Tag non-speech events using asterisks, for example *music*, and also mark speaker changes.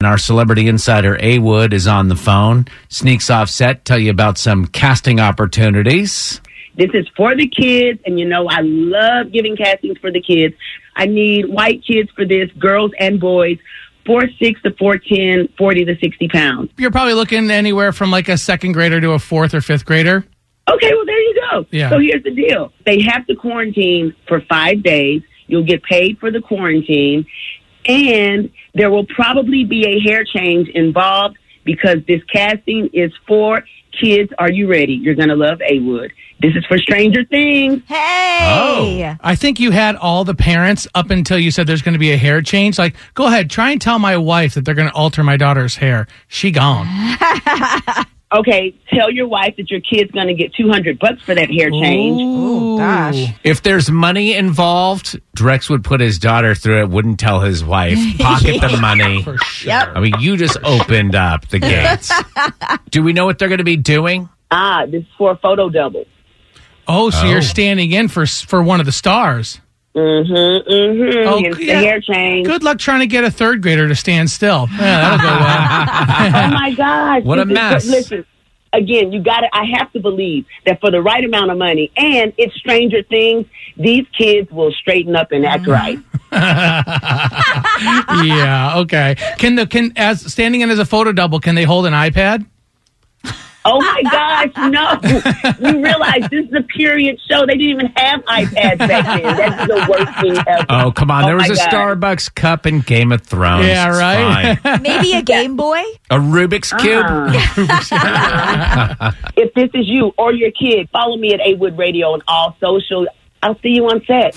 Speaker 1: And our celebrity insider A Wood is on the phone. Sneaks off set, tell you about some casting opportunities.
Speaker 2: This is for the kids, and you know I love giving castings for the kids. I need white kids for this, girls and boys, four six to four ten, forty to sixty pounds.
Speaker 3: You're probably looking anywhere from like a second grader to a fourth or fifth grader.
Speaker 2: Okay, well there you go.
Speaker 3: Yeah.
Speaker 2: So here's the deal: they have to quarantine for five days. You'll get paid for the quarantine, and there will probably be a hair change involved because this casting is for kids. Are you ready? You're gonna love A Wood. This is for Stranger Things.
Speaker 1: Oh.
Speaker 4: Hey.
Speaker 3: I think you had all the parents up until you said there's going to be a hair change. Like, go ahead, try and tell my wife that they're going to alter my daughter's hair. She gone.
Speaker 2: okay, tell your wife that your kid's going to get 200 bucks for that hair change.
Speaker 4: Ooh, Oh, gosh.
Speaker 1: If there's money involved, Drex would put his daughter through it, wouldn't tell
Speaker 3: *laughs*
Speaker 1: his wife. Pocket the money.
Speaker 3: For sure.
Speaker 4: Yep.
Speaker 1: I mean, you just opened up
Speaker 3: *laughs*
Speaker 1: the gates. Do we know what they're going to be doing?
Speaker 2: Ah, this is for a photo double.
Speaker 3: Oh, so
Speaker 1: Oh.
Speaker 3: you're standing in for s- for one of the stars.
Speaker 2: Mm-hmm, mm-hmm.
Speaker 3: Oh,
Speaker 2: Hence the
Speaker 3: yeah.
Speaker 2: hair change.
Speaker 3: Good luck trying to get a third grader to stand still. Yeah, that'll go well.
Speaker 2: Oh, my gosh.
Speaker 1: What a
Speaker 2: This is-
Speaker 1: mess.
Speaker 2: listen, again, you got to, I have to believe that for the right amount of money, and it's Stranger Things, these kids will straighten up and act right.
Speaker 1: Mm.
Speaker 3: yeah. Okay. Can the can as standing in as a photo double? Can they hold an iPad?
Speaker 2: Oh my gosh,
Speaker 1: *laughs*
Speaker 2: no. You realize this is a period show. They didn't even have iPads back then. That's the worst thing ever.
Speaker 1: Oh, come on.
Speaker 2: Oh
Speaker 1: there was
Speaker 2: my God.
Speaker 1: a Starbucks cup in Game of Thrones.
Speaker 3: Yeah,
Speaker 1: It's
Speaker 3: right? Uh-huh.
Speaker 1: fine.
Speaker 4: Maybe a Game Boy?
Speaker 1: a Rubik's Cube.
Speaker 2: if this is you or your kid, follow me at A Wood Radio on all social. I'll see you on set.